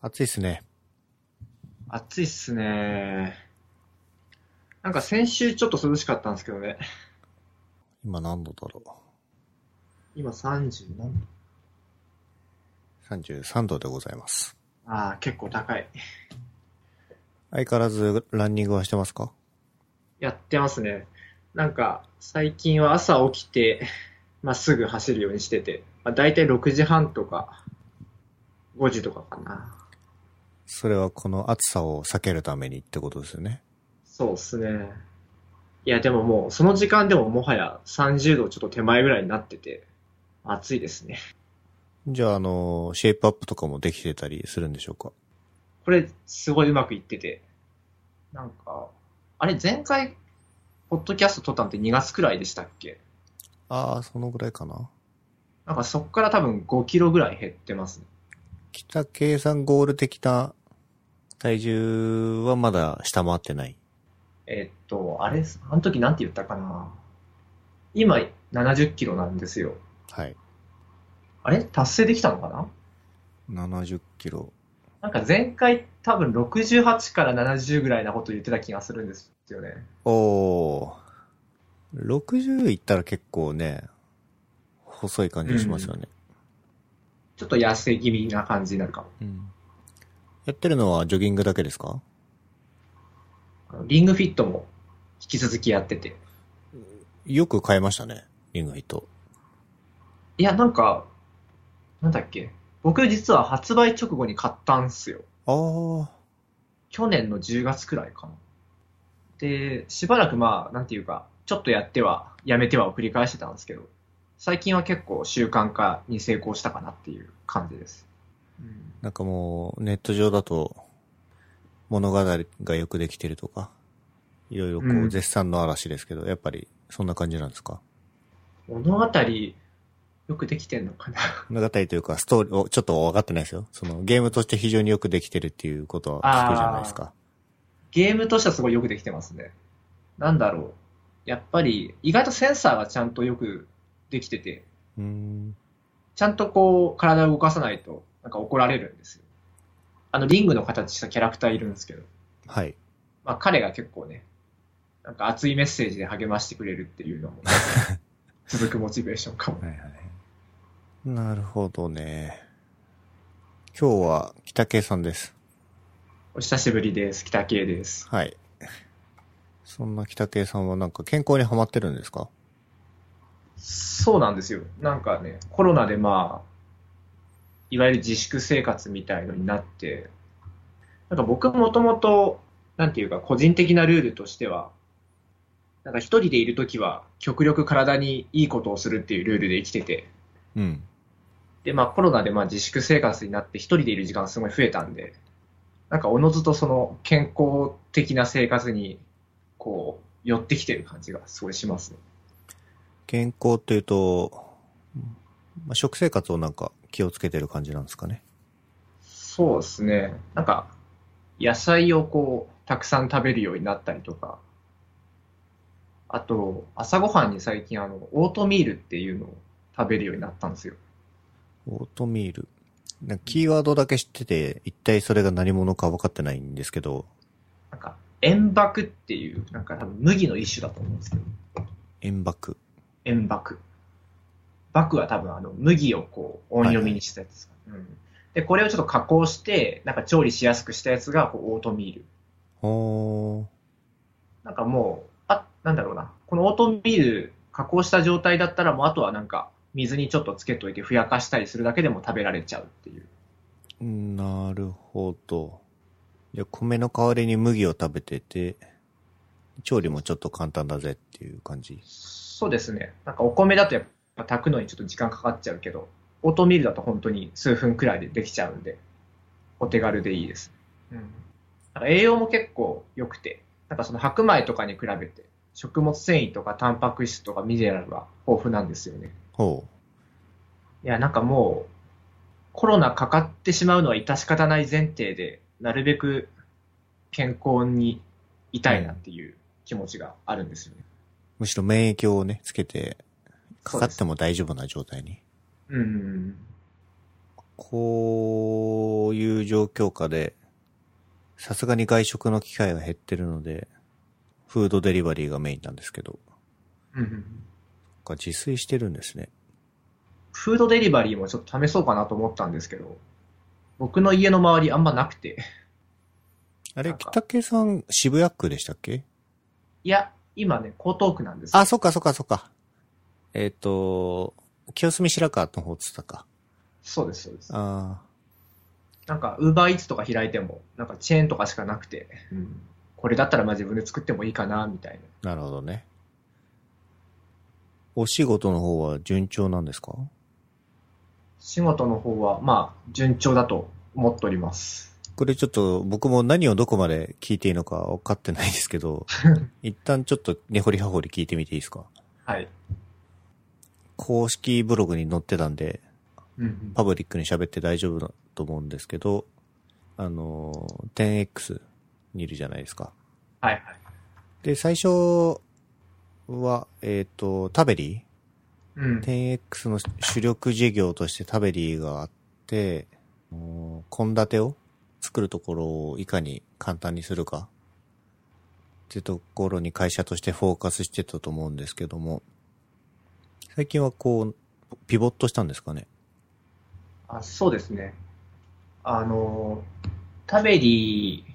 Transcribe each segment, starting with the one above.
暑いっすね。暑いっすね。なんか先週ちょっと涼しかったんですけどね。今何度だろ今30何度う。33度でございます。ああ、結構高い。相変わらずランニングはしてますかやってますね。なんか最近は朝起きて、まあ、すぐ走るようにしてて、まあ、大体6時半とか5時とかかな。それはこの暑さを避けるためにってことですよね。そうっすね。いや、でももうその時間でももはや30度ちょっと手前ぐらいになってて、暑いですね。じゃあ、あの、シェイプアップとかもできてたりするんでしょうかこれ、すごいうまくいってて。なんか、あれ、前回、ポッドキャスト撮ったのって2月くらいでしたっけああ、そのぐらいかな。なんかそっから多分5キロぐらい減ってますね。来た計算ゴール的な体重はまだ下回ってない。えっと、あれ、あの時なんて言ったかな今、70キロなんですよ。はい。あれ達成できたのかな70キロ。なんか前回多分68から70ぐらいなこと言ってた気がするんですよね。おー。60いったら結構ね、細い感じがしますよね。ちょっと痩せ気味な感じになるかも。うんやってるのはジョギングだけですかあのリングフィットも引き続きやってて。よく変えましたね、リングフィット。いや、なんか、なんだっけ。僕実は発売直後に買ったんすよ。ああ、去年の10月くらいかな。で、しばらくまあ、なんていうか、ちょっとやっては、やめてはを繰り返してたんですけど、最近は結構習慣化に成功したかなっていう感じです。うん、なんかもうネット上だと物語がよくできてるとか、いろいろこううん絶賛の嵐ですけど、やっぱりそんな感じなんですか物語、よくできてんのかな。物語というかストーリーをちょっと分かってないですよ。そのゲームとして非常によくできてるっていうことは聞くじゃないですか。 ゲームとしてはすごいよくできてますね。なんだろう。やっぱり、意外とセンサーがちゃんとよくできてて、うーん。ちゃんとこう、体を動かさないと、なんか怒られるんですよ。あの、リングの形したキャラクターいるんですけど、はい。まあ彼が結構ね、なんか熱いメッセージで励ましてくれるっていうのも、続くモチベーションかも。はいはい。なるほどね。今日は北圭さんです。お久しぶりです。北系です。はい。そんな北圭さんはなんか健康にハマってるんですかそうなんですよ。なんかね、コロナでまあ、いわゆる自粛生活みたいのになって、なんか僕もともと、なんていうか個人的なルールとしては、なんか一人でいるときは極力体にいいことをするっていうルールで生きてて、うん。で、まあコロナでまあ自粛生活になって一人でいる時間すごい増えたんで、なんかおのずとその健康的な生活に、こう、寄ってきてる感じがすごいしますね。健康っていうと、まあ、食生活をなんか気をつけてる感じなんですかね。そうですね。なんか、野菜をこう、たくさん食べるようになったりとか、あと、朝ごはんに最近あの、オートミールっていうのを食べるようになったんですよ。オートミール。なんかキーワードだけ知ってて、一体それが何者か分かってないんですけど、なんか、塩爆っていう、なんか多分麦の一種だと思うんですけど、塩爆。塩爆。爆は多分あの、麦をこう、音読みにしたやつですか、うん。で、これをちょっと加工して、なんか調理しやすくしたやつが、こう、オートミール。おー。なんかもう、あ、なんだろうな。このオートミール加工した状態だったら、もうあとはなんか、水にちょっとつけといてふやかしたりするだけでも食べられちゃうっていう。なるほど。じゃあ米の代わりに麦を食べてて、調理もちょっと簡単だぜっていう感じ。そうですね。なんかお米だとやっぱ炊くのにちょっと時間かかっちゃうけど、オートミールだと本当に数分くらいでできちゃうんで、お手軽でいいです。うん。なんか栄養も結構良くて、なんかその白米とかに比べて、食物繊維とかタンパク質とかミネラルが豊富なんですよね。ほいや、なんかもう、コロナかかってしまうのは致し方ない前提で、なるべく健康にいたいなっていう気持ちがあるんですよね。う。むしろ免疫をね、つけて、かかっそても大丈夫な状態に。うですうん。こういう状況下で、さすがに外食の機会が減ってるので、フードデリバリーがメインなんですけど、うんうんそっか自炊してるんですね。フードデリバリーもちょっと試そうかなと思ったんですけど、僕の家の周りあんまなくて。あれ、なんか北家さん渋谷区でしたっけいや、今ね、江東区なんですよあ、そっかそっかそっか。えっ、と、清澄白河の方っつったか。そうです、そうです。あなんか、ウーバーイーツとか開いても、なんかチェーンとかしかなくて、うんこれだったらまあ自分で作ってもいいかな、みたいな。あ、なるほどね。お仕事の方は順調なんですか仕事の方は、まあ、順調だと思っております。これちょっと僕も何をどこまで聞いていいのか分かってないですけど、一旦ちょっと根掘り葉掘り聞いてみていいですかはい。公式ブログに載ってたんで、うんうんパブリックに喋って大丈夫だと思うんですけど、あの、10X にいるじゃないですか。はいはい。で、最初は、えっ、と、タベリうん。ー ?10X の主力事業としてタベリーがあって、もう献立を作るところをいかに簡単にするかっていうところに会社としてフォーカスしてたと思うんですけども、最近はこう、ピボットしたんですかね。あそうですね。あの、タベリー、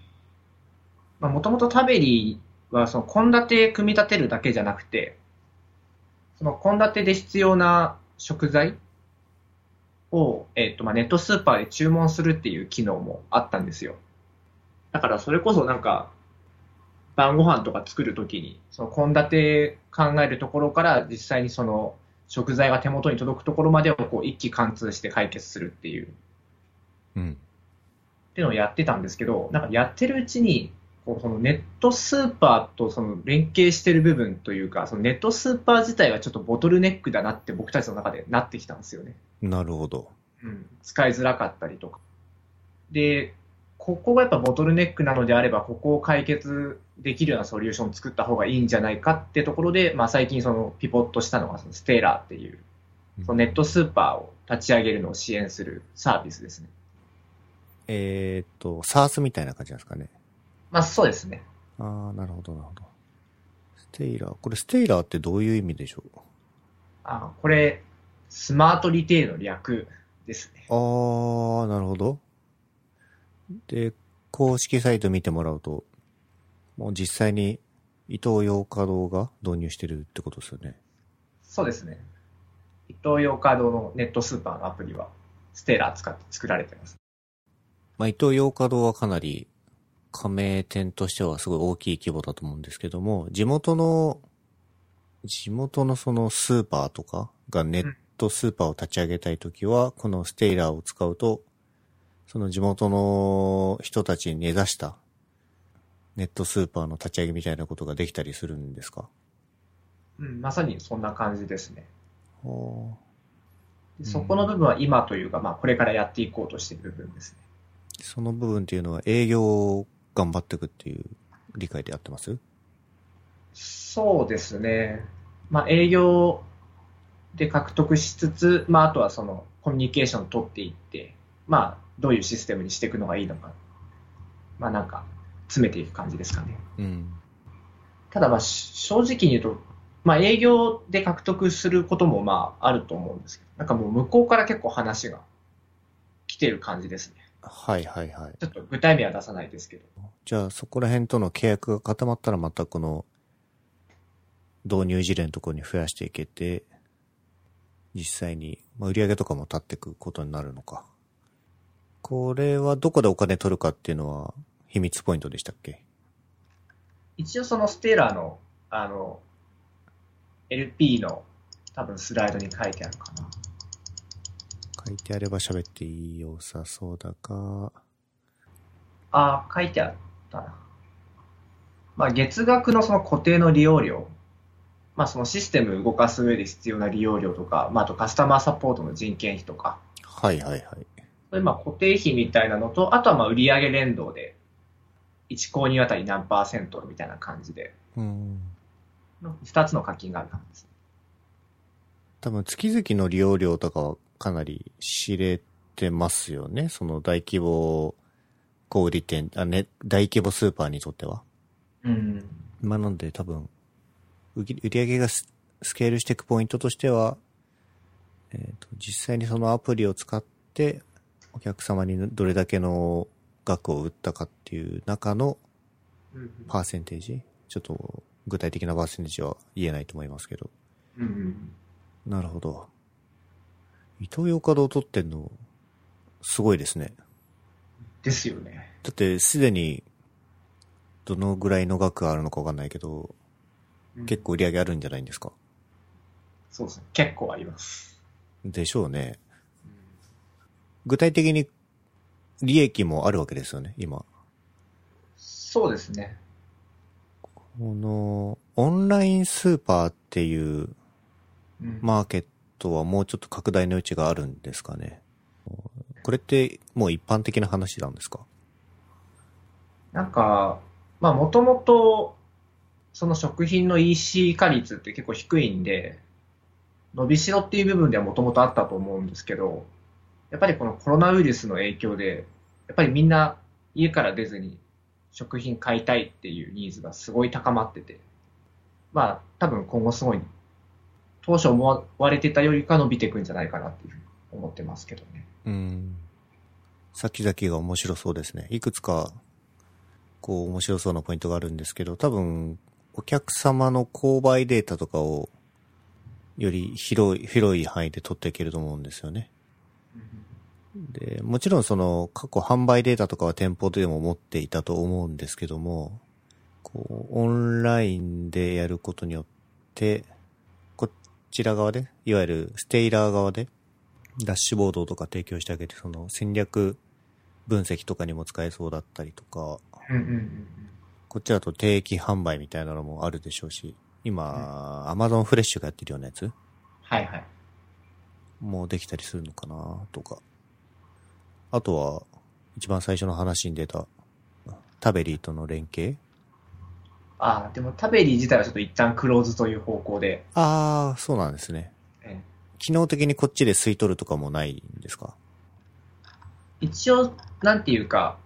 まあ、もともとタベリーは、その、献立組み立てるだけじゃなくて、その、献立で必要な食材を、えっ、と、まあ、ネットスーパーで注文するっていう機能もあったんですよ。だから、それこそなんか、晩ご飯とか作るときに、その、献立考えるところから、実際にその、食材が手元に届くところまでをこう一気貫通して解決するっていううん。っていうのをやってたんですけど、なんかやってるうちに、こうそのネットスーパーとその連携してる部分というか、そのネットスーパー自体がちょっとボトルネックだなって僕たちの中でなってきたんですよね。なるほど。うん、使いづらかったりとか。で、ここがやっぱボトルネックなのであれば、ここを解決できるようなソリューションを作った方がいいんじゃないかってところで、まあ、最近そのピボットしたのがそのステーラーっていうそのネットスーパーを立ち上げるのを支援するサービスですね。えーっと、サースみたいな感じなんですかね。まあそうですね。ああ、なるほど、なるほど。ステイラー。これステイラーってどういう意味でしょあこれ、スマートリテールの略ですね。うああ、なるほど。で、公式サイト見てもらうと、もう実際に伊東洋華堂が導入してるってことですよね。そうですね。伊東洋華堂のネットスーパーのアプリは、ステーラー使って作られてます。まあ、伊東洋華堂はかなり加盟店としてはすごい大きい規模だと思うんですけども、地元の、地元のそのスーパーとかがネットスーパーを立ち上げたいときは、このステイラーを使うと、その地元の人たちに根ざしたネットスーパーの立ち上げみたいなことができたりするんですかうん、まさにそんな感じですね。おでそこの部分は今というか、まあこれからやっていこうとしている部分ですね。その部分っていうのは営業を頑張っていくっていう理解でやってますそうですね。まあ、営業で獲得しつつ、まあ、あとはそのコミュニケーションを取っていって、まあ、どういうシステムにしていくのがいいのか、まあ、なんか、詰めていく感じですかね。うん。ただ、まあ、し正直に言うと、まあ、営業で獲得することも、まあ、あると思うんですけど、なんかもう向こうから結構話が来てる感じですね。はいはいはい。ちょっと具体名は出さないですけど。じゃあそこら辺との契約が固まったらまたこの導入事例のところに増やしていけて、実際に、まあ、売り上げとかも立っていくことになるのか。これはどこでお金取るかっていうのは秘密ポイントでしたっけ一応そのステーラーの、あの、LP の多分スライドに書いてあるかな。書いてあれば喋っていいよさそうだが、ああ、書いてあったな。まあ月額のその固定の利用料。まあそのシステム動かす上で必要な利用料とか、まああとカスタマーサポートの人件費とか、はいはいはい。そういうまあ固定費みたいなのと、あとはまあ売上連動で、1購入あたり何パーセントみたいな感じで、うん。 2つの課金がある感じですね。多分月々の利用料とかはかなり知れってますよね。その大規模小売店、あ、ね、大規模スーパーにとっては。うん。まあなんで多分、売り売り上げがススケールしていくポイントとしては、えっ、と、実際にそのアプリを使って、お客様にどれだけの額を売ったかっていう中のうんパーセンテージちょっと具体的なパーセンテージは言えないと思いますけど。うん。なるほど。イトーヨーカドーを取ってんの、すごいですね。ですよね。だってすでに、どのぐらいの額があるのかわかんないけど、うん結構売り上げあるんじゃないんですかそうですね。結構あります。でしょうね。うん具体的に利益もあるわけですよね、今。そうですね。この、オンラインスーパーっていううんマーケットはもうちょっと拡大の余地があるんですかね。これってもう一般的な話なんですかなんか、まあ、もともと、その食品の EC 化率って結構低いんで、伸びしろっていう部分ではもともとあったと思うんですけど、やっぱりこのコロナウイルスの影響で、やっぱりみんな家から出ずに食品買いたいっていうニーズがすごい高まってて、まあ、多分今後すごい、当初思われてたよりか伸びていくんじゃないかなっていうふうに思ってますけどね。うん。先々が面白そうですね。いくつか、こう面白そうなポイントがあるんですけど、多分、お客様の購買データとかを、より広い、広い範囲で取っていけると思うんですよね。で、もちろんその過去販売データとかは店舗でも持っていたと思うんですけども、こう、オンラインでやることによって、こちら側で、いわゆるステイラー側で、ダッシュボードとか提供してあげて、その戦略分析とかにも使えそうだったりとか、うんうんうんうんこっちだと定期販売みたいなのもあるでしょうし、今、アマゾンフレッシュがやってるようなやつはいはい。もうできたりするのかなとか。あとは、一番最初の話に出た、タベリーとの連携ああ、でもタベリー自体はちょっと一旦クローズという方向で、ああ、そうなんですね。え機能的にこっちで吸い取るとかもないんですかー一応、なんていうか、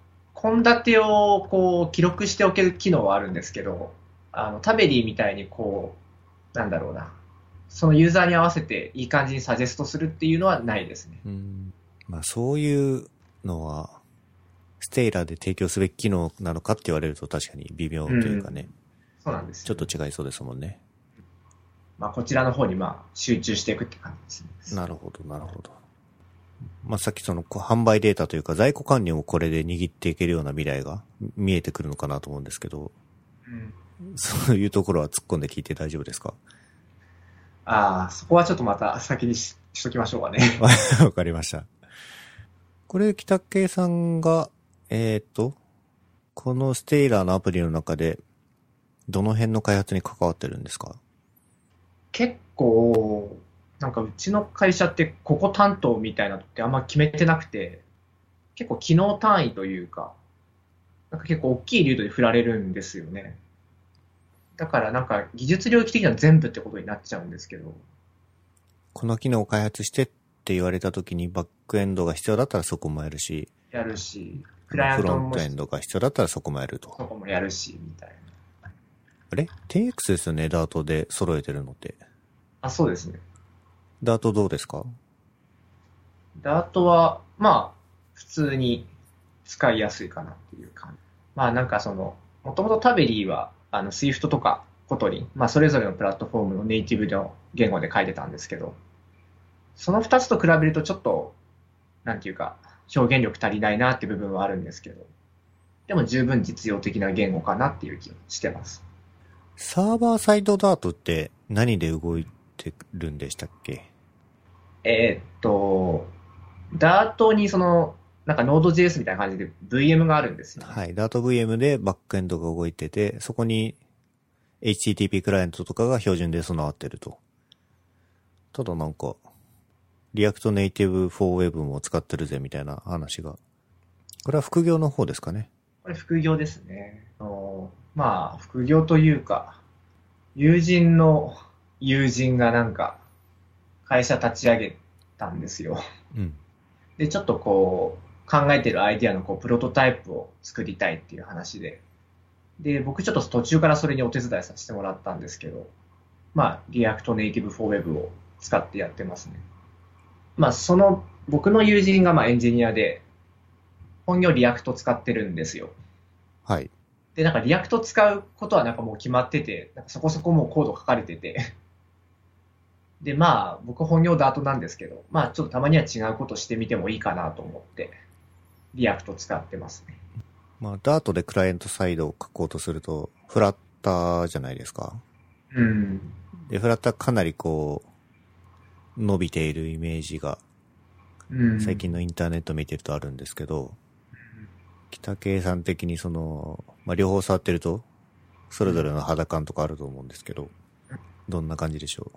献立をこう記録しておける機能はあるんですけど、あのタベリーみたいにこう、なんだろうな、そのユーザーに合わせていい感じにサジェストするっていうのはないですね。うん。まあそういうのは、ステイラーで提供すべき機能なのかって言われると確かに微妙というかね、そうなんですちょよっと違いそうですもんね。まあ、こちらの方にまあ集中していくって感じですね。なるほど、なるほど。まあ、さっきそのこう販売データというか在庫管理もこれで握っていけるような未来がみ見えてくるのかなと思うんですけど、 うん、そういうところは突っ込んで聞いて大丈夫ですかああ、そこはちょっとまた先にししときましょうかね。 わかりました。これ、北圭さんが、えーっと、このステイラーのアプリの中で、どの辺の開発に関わってるんですか結構、なんかうちの会社ってここ担当みたいなのってあんま決めてなくて、結構機能単位というか、なんか結構大きい流度に振られるんですよね。だからなんか技術領域的には全部ってことになっちゃうんですけど、この機能を開発してって言われた時にバックエンドが必要だったらそこもやるし、やるし、クフライアントロンもトエンドが必要だったらそこもやると。そこもやるし、みたいな。あれ ?10X ですよね、ダートで揃えてるのって。あ、そうですね。ダートどうですかで、あとは、まあ、普通に使いやすいかなっていう感じ。まあ、なんかその、もともとタベリーは、あの、Swift とかコトリン、まあ、それぞれのプラットフォームのネイティブの言語で書いてたんですけど、その2つと比べるとちょっと、なんていうか、表現力足りないなって部分はあるんですけど、でも十分実用的な言語かなっていう気がしてます。サーバーサイドダートって何で動いてるんでしたっけえーっと、ダートにその、なんか Node.js みたいな感じで VM があるんですよ、ね。はい、ダート VM でバックエンドが動いてて、そこに HTTP クライアントとかが標準で備わってると。ただなんか、リアクトネイティブ 4Web も使ってるぜみたいな話が。これは副業の方ですかね。これ副業ですね。あのまあ、副業というか、友人の友人がなんか、会社立ち上げたんですよ。うん。で、ちょっとこう、考えてるアイディアのこうプロトタイプを作りたいっていう話で、で、僕ちょっと途中からそれにお手伝いさせてもらったんですけど、まあ、リアクトネイティブフォーウェブを使ってやってますね。まあ、その、僕の友人がまあエンジニアで、本業リアクト使ってるんですよ。はい。で、なんかリアクト使うことはなんかもう決まってて、なんかそこそこもうコード書かれてて。 で、まあ、僕本業ダートなんですけど、まあ、ちょっとたまには違うことしてみてもいいかなと思って、リアクト使ってますね。まあ、ダートでクライアントサイドを書こうとすると、フラッターじゃないですか。うん。で、フラッターかなりこう、伸びているイメージが、うん、最近のインターネット見てるとあるんですけど、北圭さん的にその、まあ、両方触ってると、それぞれの肌感とかあると思うんですけど、どんな感じでしょ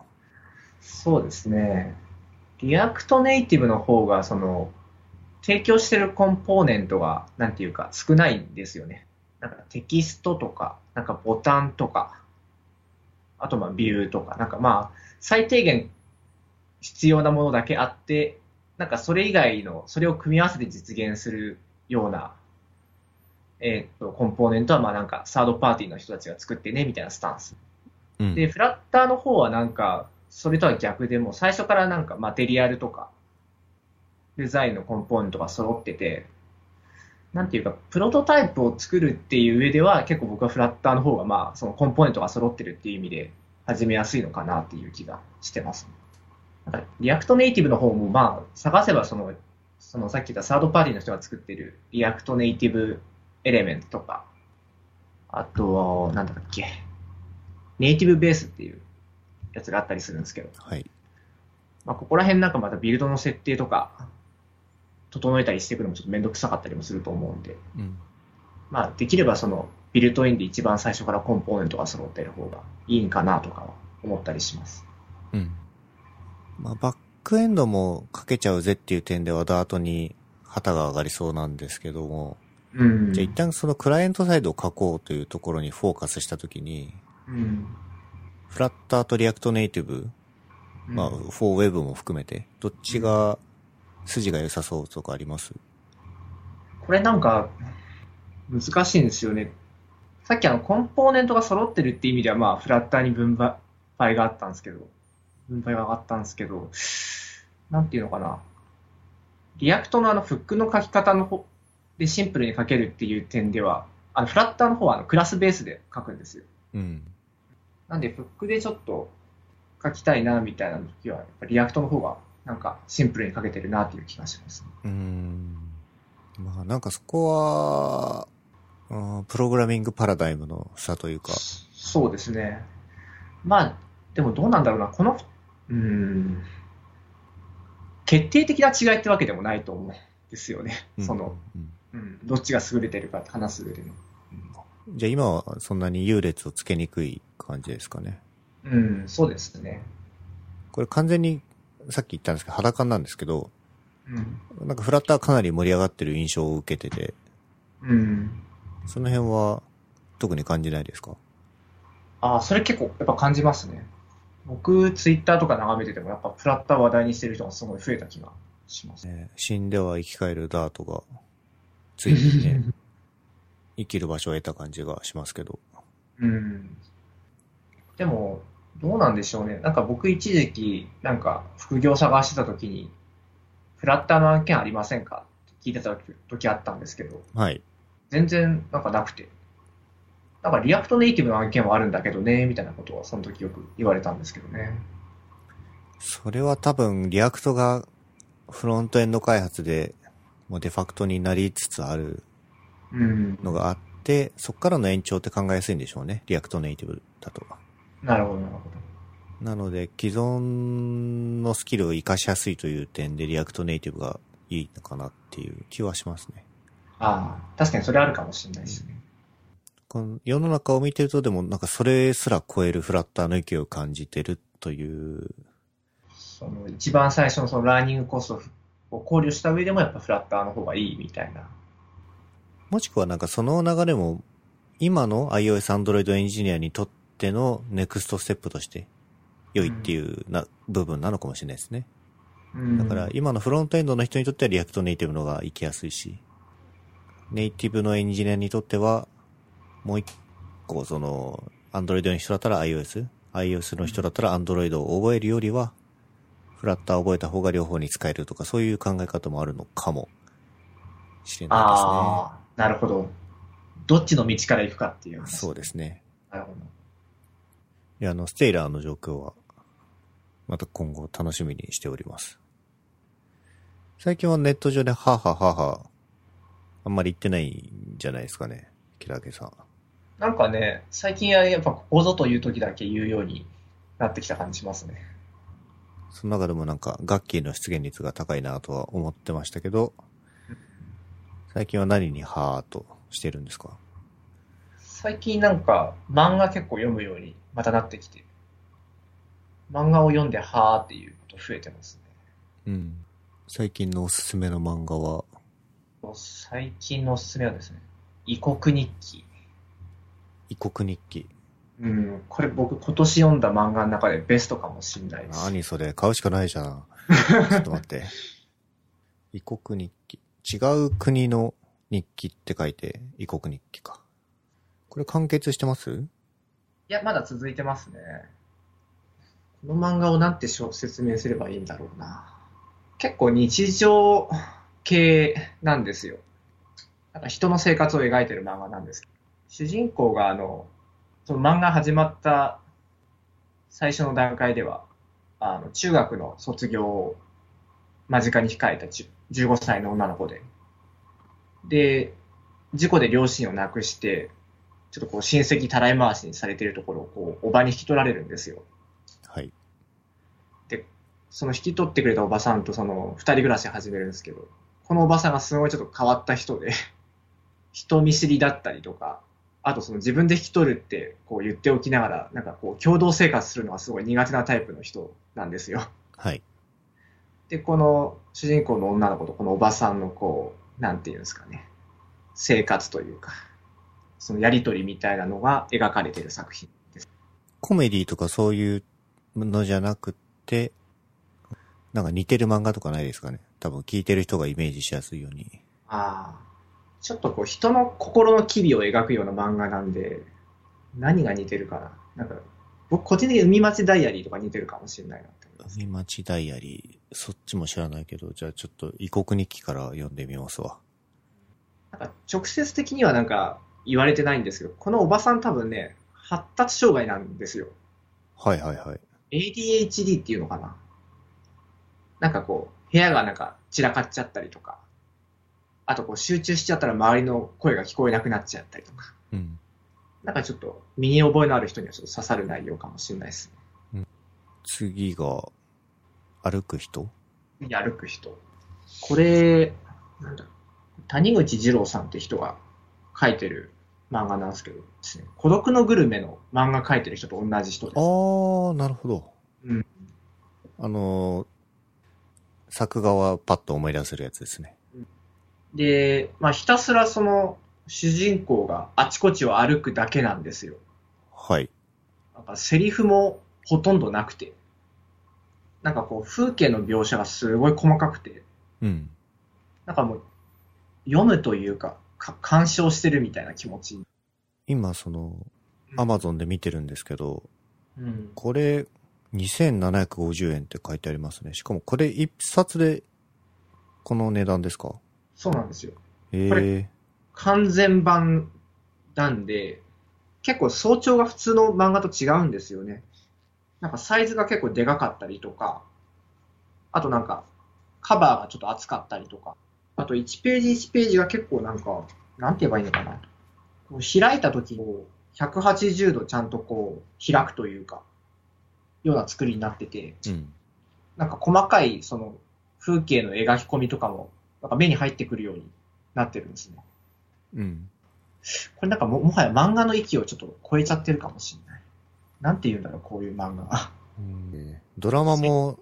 そうですね。リアクトネイティブの方が、その、提供してるコンポーネントが、なんていうか、少ないんですよね。なんかテキストとか、なんかボタンとか、あとまあビューとか、なんかまあ、最低限必要なものだけあって、なんかそれ以外の、それを組み合わせて実現するような、えーっと、コンポーネントはまあなんかサードパーティーの人たちが作ってね、みたいなスタンス。ううん。で、フラッターの方はなんか、それとは逆でもう最初からなんかマテリアルとか、デザインのコンポーネントが揃ってて、なんていうか、プロトタイプを作るっていう上では、結構僕はフラッターの方が、まあ、そのコンポーネントが揃ってるっていう意味で、始めやすいのかなっていう気がしてます。なんか、リアクトネイティブの方も、まあ、探せばその、そのさっき言ったサードパーティーの人が作ってるリアクトネイティブエレメントとか、あとは、なんだっけ、ネイティブベースっていうやつがあったりするんですけど、はい。まあ、ここら辺なんかまたビルドの設定とか、整えたりしていくのもちょっとめんどくさかったりもすると思うんで、うん。まあ、できればそのビルトインで一番最初からコンポーネントが揃っている方がいいんかなとかは思ったりします。うん。まあ、バックエンドもかけちゃうぜっていう点では、ダートに旗が上がりそうなんですけども、うんじゃあ一旦そのクライアントサイドを書こうというところにフォーカスしたときに、うん。フラッターとリアクトネイティブ、まあ、フォーウェブも含めて、どっちが筋が良さそうとかありますこれなんか難しいんですよね。さっきあのコンポーネントが揃ってるって意味ではまあフラッターに分配があったんですけど、分配が上がったんですけど、なんていうのかな。リアクトのあのフックの書き方の方でシンプルに書けるっていう点では、あのフラッターの方はあのクラスベースで書くんですよ。うん。なんでフックでちょっと書きたいなみたいな時は、やっぱリアクトの方がなんかシンプルに書けてるなっていう気がします。うーん。まあなんかそこは、うんプログラミングパラダイムの差というか、そうですね。まあ、でもどうなんだろうな、この、うーん、決定的な違いってわけでもないと思うんですよね。うんその、、うんうん、どっちが優れてるかって話す上での。じゃあ今はそんなに優劣をつけにくい感じですかね。うん、そうですね。これ完全に、さっき言ったんですけど、裸なんですけど、うん。なんかフラッターかなり盛り上がってる印象を受けてて、うん。その辺は特に感じないですかああ、それ結構やっぱ感じますね。僕、ツイッターとか眺めてても、やっぱプラッター話題にしてる人がすごい増えた気がします。ね死んでは生き返るダートが、ついに ね、生きる場所を得た感じがしますけど。うん。でも、どうなんでしょうね。なんか僕一時期、なんか副業探してた時に、フラッターの案件ありませんかって聞いてた時あったんですけど、はい。全然なんかなくて。なんかリアクトネイティブの案件はあるんだけどね、みたいなことをその時よく言われたんですけどね。それは多分、リアクトがフロントエンド開発で、もうデファクトになりつつあるうん。のがあって、そっからの延長って考えやすいんでしょうね。リアクトネイティブだと。なるほど、なるほど。なので、既存のスキルを活かしやすいという点で、リアクトネイティブがいいのかなっていう気はしますね。ああ、確かにそれあるかもしれないですね。この世の中を見てるとでもなんかそれすら超えるフラッターの勢いを感じてるという、その一番最初のそのラーニングコストを考慮した上でもやっぱフラッターの方がいいみたいな。もしくはなんかその流れも今の iOS Android エンジニアにとってのネクストステップとして良いっていうな、部分なのかもしれないですね。うんだから、今のフロントエンドの人にとってはリアクトネイティブの方が行きやすいし、ネイティブのエンジニアにとっては、もう一個その、Android の人だったら iOS、iOS の人だったら Android を覚えるよりは、フラッター覚えた方が両方に使えるとか、そういう考え方もあるのかもしれなああ、なるほど。どっちの道から行くかっていいでう話。すね。そうですね。なるほど。いや、あの、ステイラーの状況は、また今後楽しみにしております。最近はネット上で、はあはあはあはあ、あんまり言ってないんじゃないですかね。キラーケンさん。なんかね、最近はやっぱここぞという時だけ言うようになってきた感じしますね。その中でもなんか、ガッキーの出現率が高いなとは思ってましたけど、最近は何にはあとしてるんですか最近なんか漫画結構読むようにまたなってきて、漫画を読んではーっていうこと増えてますね。うん。最近のおすすめの漫画は、最近のおすすめはですね、異国日記。異国日記。うん、これ僕今年読んだ漫画の中でベストかもしんないです。何それ買うしかないじゃん。ちょっと待って。異国日記。違う国の日記って書いて、異国日記か。これ完結してますいや、まだ続いてますね。この漫画をなんてしょ説明すればいいんだろうな。結構日常系なんですよ。なんか人の生活を描いてる漫画なんです。主人公があの、その漫画始まった最初の段階では、あの中学の卒業を間近に控えた10 15歳の女の子で。で、事故で両親を亡くして、ちょっとこう親戚たらい回しにされてるところをこう、おばに引き取られるんですよ。はい。その引き取ってくれたおばさんとその二人暮らし始めるんですけど、このおばさんがすごいちょっと変わった人で、 人見知りだったりとか、あとその自分で引き取るってこう言っておきながら、なんかこう共同生活するのがすごい苦手なタイプの人なんですよ。はい。で、この主人公の女の子とこのおばさんのこう、なんていうんですかね、生活というか、そのやりとりみたいなのが描かれている作品。コメディとかそういうのじゃなくて、なんか似てる漫画とかないですかね。多分聞いてる人がイメージしやすいように。ああ、ちょっとこう人の心の機微を描くような漫画なんで、何が似てるかな。なんか、僕個人的に海町ダイアリーとか似てるかもしれないなって思います。海町ダイアリー。そっちも知らないけど、じゃあちょっと異国日記から読んでみますわ。なんか直接的にはなんか言われてないんですけど、このおばさん多分ね、発達障害なんですよ。はいはいはい。 ADHD っていうのかな。なんかこう、部屋がなんか散らかっちゃったりとか、あとこう集中しちゃったら周りの声が聞こえなくなっちゃったりとか、うん。なんかちょっと身に覚えのある人にはちょっと刺さる内容かもしれないですね。次が、歩く人に歩く人。これ、なんだ谷口二郎さんって人が書いてる漫画なんですけどですね、孤独のグルメの漫画書いてる人と同じ人です。ああ、なるほど。うんあのー作画はパッと思い出せるやつですね。で、まあ、ひたすらその主人公があちこちを歩くだけなんですよ。はい。なんかセリフもほとんどなくて。なんかこう風景の描写がすごい細かくて、うん。なんかもう読むというか、か鑑賞してるみたいな気持ち。今、その、アマゾンで見てるんですけど、うん、これ、2750円って書いてありますね。しかもこれ一冊で、この値段ですかそうなんですよ。えこえ完全版なんで、結構早朝が普通の漫画と違うんですよね。なんかサイズが結構でかかったりとか、あとなんかカバーがちょっと厚かったりとか、あと1ページ1ページが結構なんか、なんて言えばいいのかな。こう開いた時を180度ちゃんとこう開くというか、ような作りになってて、うん。なんか細かいその風景の描き込みとかも、なんか目に入ってくるようになってるんですね。うん。これなんかも、もはや漫画の域をちょっと超えちゃってるかもしれない。なんて言うんだろう、こういう漫画。えードラマも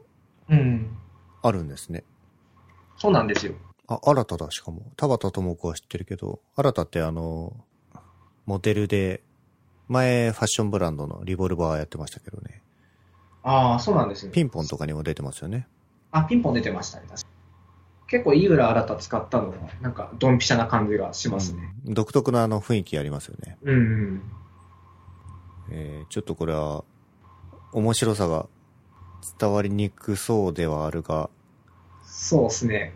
うん。あるんですね。そうなんですよ。あ、新ただ、しかも。田畑智子は知ってるけど、新たってあの、モデルで、前、ファッションブランドのリボルバーやってましたけどね。ああ、そうなんですね。ピンポンとかにも出てますよね。あ、ピンポン出てましたね、確か結構井浦新使ったのは、なんかドンピシャな感じがしますね。うん独特のあの雰囲気ありますよね。うん、うん。えーちょっとこれは、面白さが伝わりにくそうではあるが、そうですね。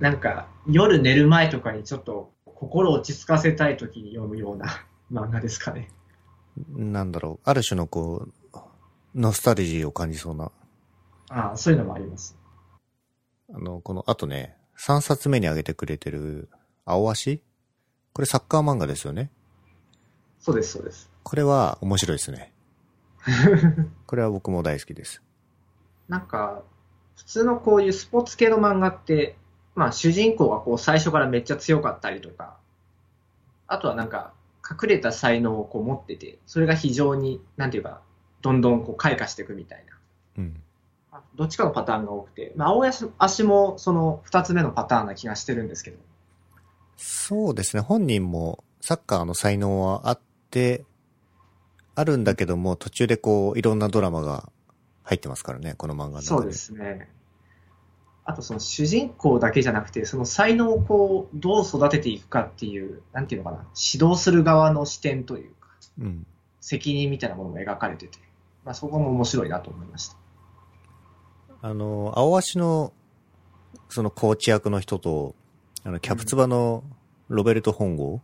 なんか、夜寝る前とかにちょっと心を落ち着かせたい時に読むような漫画ですかね。なんだろう、ある種のこう、ノスタルジーを感じそうな。ああ、そういうのもあります。あの、この、あとね、3冊目に挙げてくれてる、青足これサッカー漫画ですよね。そうです、そう です。これは面白いですね。これは僕も大好きです。なんか、普通のこういうスポーツ系の漫画って、まあ主人公がこう最初からめっちゃ強かったりとか、あとはなんか隠れた才能をこう持ってて、それが非常に、なんていうか、どんどんこう開花していくみたいな。うん。あどっちかのパターンが多くて、まあ、青足足もその2つ目のパターンな気がしてるんですけど、そうですね、本人もサッカーの才能はあって、あるんだけども、途中でこう、いろんなドラマが入ってますからね、この漫画の中で。そうで。すね。あとその主人公だけじゃなくて、その才能をこうどう育てていくかっていう、なんていうのかな、指導する側の視点というか、うん。責任みたいなものも描かれてて、まあ、そこも面白いなと思いました。あの、青足の、そのコーチ役の人と、あの、キャプツバのロベルト本郷、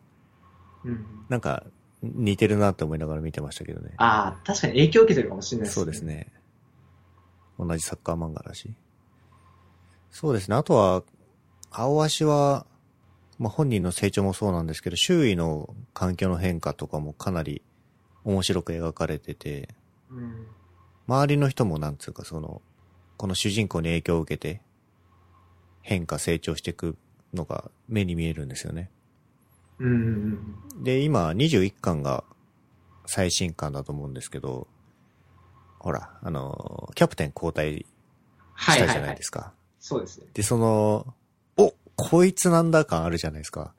うん、なんか、似てるなって思いながら見てましたけどね。ああ、確かに影響を受けてるかもしれないですね。そうです。ね。同じサッカー漫画だし。そうですね。あとは、青足は、まあ、本人の成長もそうなんですけど、周囲の環境の変化とかもかなり面白く描かれてて、うん、周りの人もなんつうかその、この主人公に影響を受けて、変化、成長していくのが目に見えるんですよね。うんうんうん、で、今、21巻が最新巻だと思うんですけど、ほら、あの、キャプテン交代はしいたはじゃい、なはいいで。すか。そうですね。で、その、おこいつなんだ感あるじゃないですか。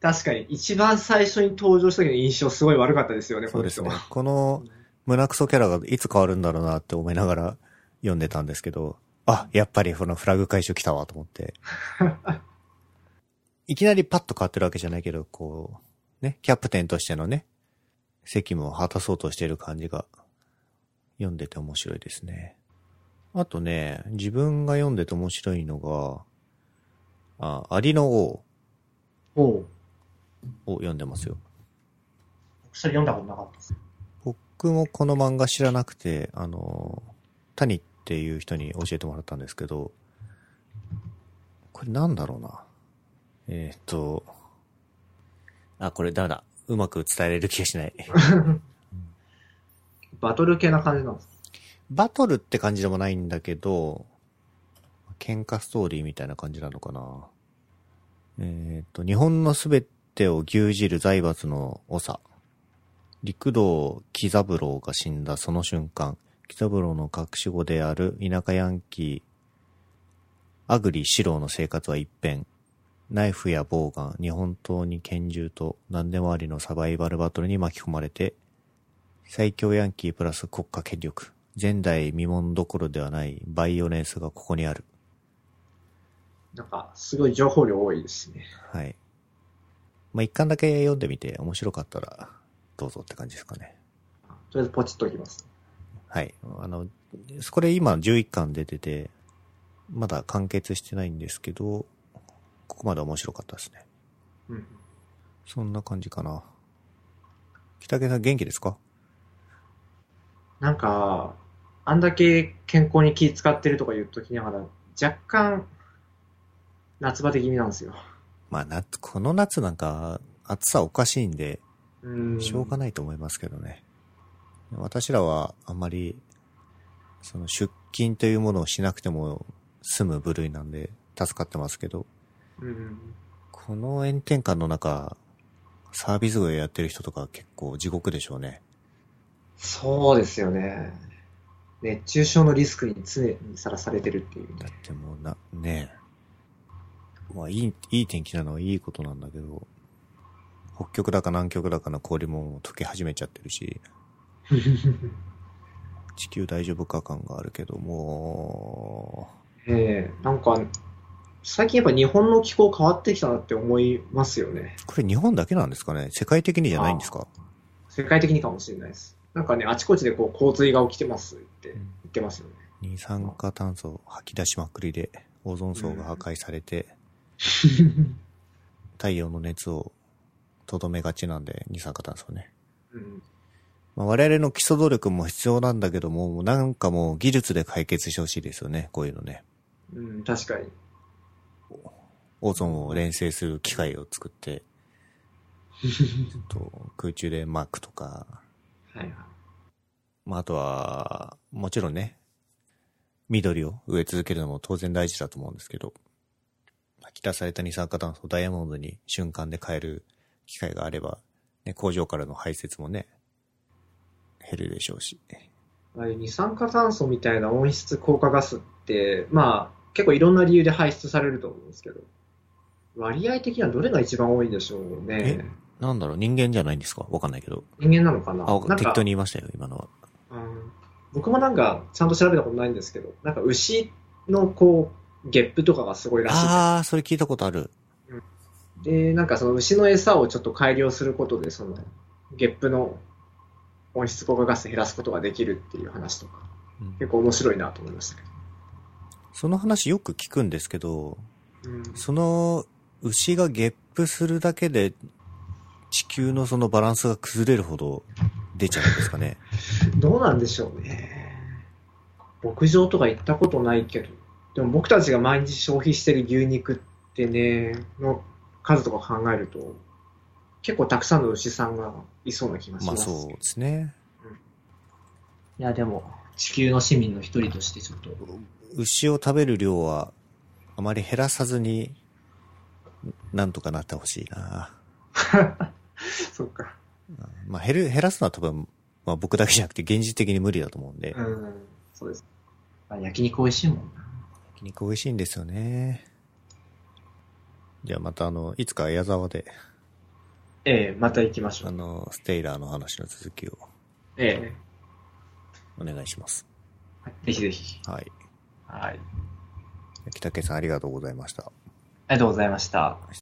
確かに、一番最初に登場した時の印象すごい悪かったですよね、そうですねこの人は。。この胸クソキャラがいつ変わるんだろうなって思いながら 読んでたんですけど、あ、やっぱりこのフラグ回収来たわと思って。 いきなりパッと変わってるわけじゃないけど、こう、ね、キャプテンとしてのね、責務を果たそうとしている感じが、読んでて面白いですね。あとね、自分が読んでて面白いのが、あ、アリの王おうを読んでますよ。それ読んだことなかったです。僕もこの漫画知らなくて、あの、谷っていう人に教えてもらったんですけど、これなんだろうな。えーっと、あ、これダメだ。うまく伝えれる気がしない。バトル系な感じなんですかバトルって感じでもないんだけど、喧嘩ストーリーみたいな感じなのかな。えーっと、日本のすべてを牛耳る財閥の長。陸道喜三郎が死んだその瞬間、喜三郎の隠し子である田舎ヤンキー、アグリ四郎の生活は一変。ナイフやボウガン、日本刀に拳銃と何でもありのサバイバルバトルに巻き込まれて、最強ヤンキープラス国家権力。前代未聞どころではないバイオレンスがここにある。なんか、すごい情報量多いですね。はい。まあ、一巻だけ読んでみて面白かったらどうぞって感じですかね。とりあえずポチっとおきます。はい。あの、これ今11巻出てて、まだ完結してないんですけど、ここまで面白かったですね。うん。そんな感じかな。北毛さん元気ですかなんか、あんだけ健康に気使ってるとか言うときながら、若干、夏バテ気味なんですよ。まあ、な、この夏なんか暑さおかしいんで、うん。しょうがない。ないと思いますけどね。私らはあんまり、その出勤というものをしなくても済む部類なんで助かってますけど、うん。この炎天下の中、サービス業やってる人とか結構地獄でしょうね。そうですよね。熱中症のリスクに常にさらされてるっていう。だってもうな、ねえ。まあいい、いい天気なのはいいことなんだけど、北極だか南極だかの氷も溶け始めちゃってるし、地球大丈夫か感があるけどもう、ええなんか、最近やっぱ日本の気候変わってきたなって思いますよね。これ日本だけなんですかね世界的にじゃないんですか世界的にかもしれないです。なんかね、あちこちでこう洪水が起きてますって言んってますよね。二酸化炭素を吐き出しまくりで、オゾン層が破壊されて、太陽の熱をとどめがちなんで、二酸化炭素ね。うん、まあ、我々の基礎努力も必要なんだけども、もうなんかもう技術で解決してほしいですよね、こういうのね。うん、確かに。オゾンを連成する機械を作って、ちょっと空中でマークとか、はいはい。まあ、あとは、もちろんね、緑を植え続けるのも当然大事だと思うんですけど、吐き出された二酸化炭素をダイヤモンドに瞬間で変える機会があれば、ね、工場からの排泄もね、減るでしょうし。ああいう二酸化炭素みたいな温室効果ガスって、まあ、結構いろんな理由で排出されると思うんですけど、割合的にはどれが一番多いんでしょうね。なんだろう、人間じゃないんですかわかんないけど。人間なのかなあ、わかなん適か当に言いましたよ、今のは。うん僕もなんか、ちゃんと調べたことないんですけど、なんか牛のこう、ゲップとかがすごいらしいあー、それ聞いたことある。で、なんかその牛の餌をちょっと改良することで、そのゲップの温室効果ガス減らすことができるっていう話とか、うん結構面白いなと思いましたけその話よく聞くんですけど、ど。うん、その牛がゲップするだけで地球のそのバランスが崩れるほど出ちゃうんですかね。どうなんでしょうね。牧場とか行ったことないけど、でも僕たちが毎日消費してる牛肉ってね、の数とか考えると、結構たくさんの牛さんがい そうな気がしままあす。そうですね。いや、でも、地球の市民の一人としてちょっと、牛を食べる量はあまり減らさずになんとかなってほしいな。そっか。まあ減る、減らすのは多分、まあ僕だけじゃなくて現実的に無理だと思うんで、うん、そうです。まあ、焼肉美味しいもんな。焼肉美味しいんですよね。じゃあまたあの、いつか矢沢で、ええ、また行きましょあう。の、ステイラーの話の続きをえお願いします。え、ぜひぜひ。はい。はい。あり北家さんありがとうございました。がとうございました。